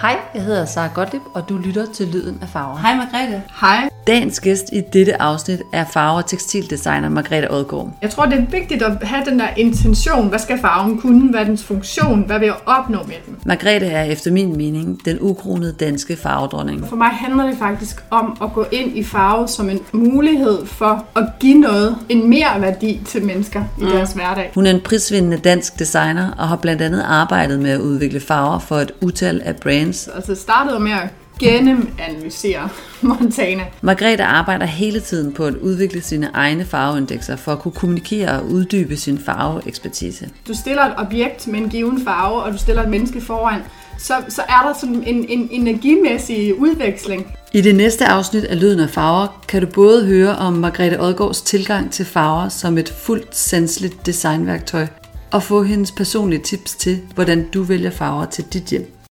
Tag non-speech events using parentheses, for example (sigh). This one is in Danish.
Hej, jeg hedder Sara Gottlieb, og du lytter til Lyden af Farver. Hej Margrethe. Hej. Dagens gæst i dette afsnit er farver- og tekstildesigner Margrethe Odgaard. Jeg tror, det er vigtigt at have den der intention. Hvad skal farven kunne? Hvad er dens funktion? Hvad vil jeg opnå med den? Margrethe er efter min mening den ukronede danske farvedronning. For mig handler det faktisk om at gå ind i farve som en mulighed for at give noget, en mere værdi til mennesker i Mm. deres hverdag. Hun er en prisvindende dansk designer og har blandt andet arbejdet med at udvikle farver for et utal af brands. Altså, jeg startede med at (laughs) gennemanalysere Montana. Margrethe arbejder hele tiden på at udvikle sine egne farveindekser for at kunne kommunikere og uddybe sin farveekspertise. Du stiller et objekt med en given farve, og du stiller et menneske foran, så, så er der sådan en, en energimæssig udveksling. I det næste afsnit af Lyden af Farver kan du både høre om Margrethe Odgaards tilgang til farver som et fuldt sanseligt designværktøj, og få hendes personlige tips til, hvordan du vælger farver til dit hjem.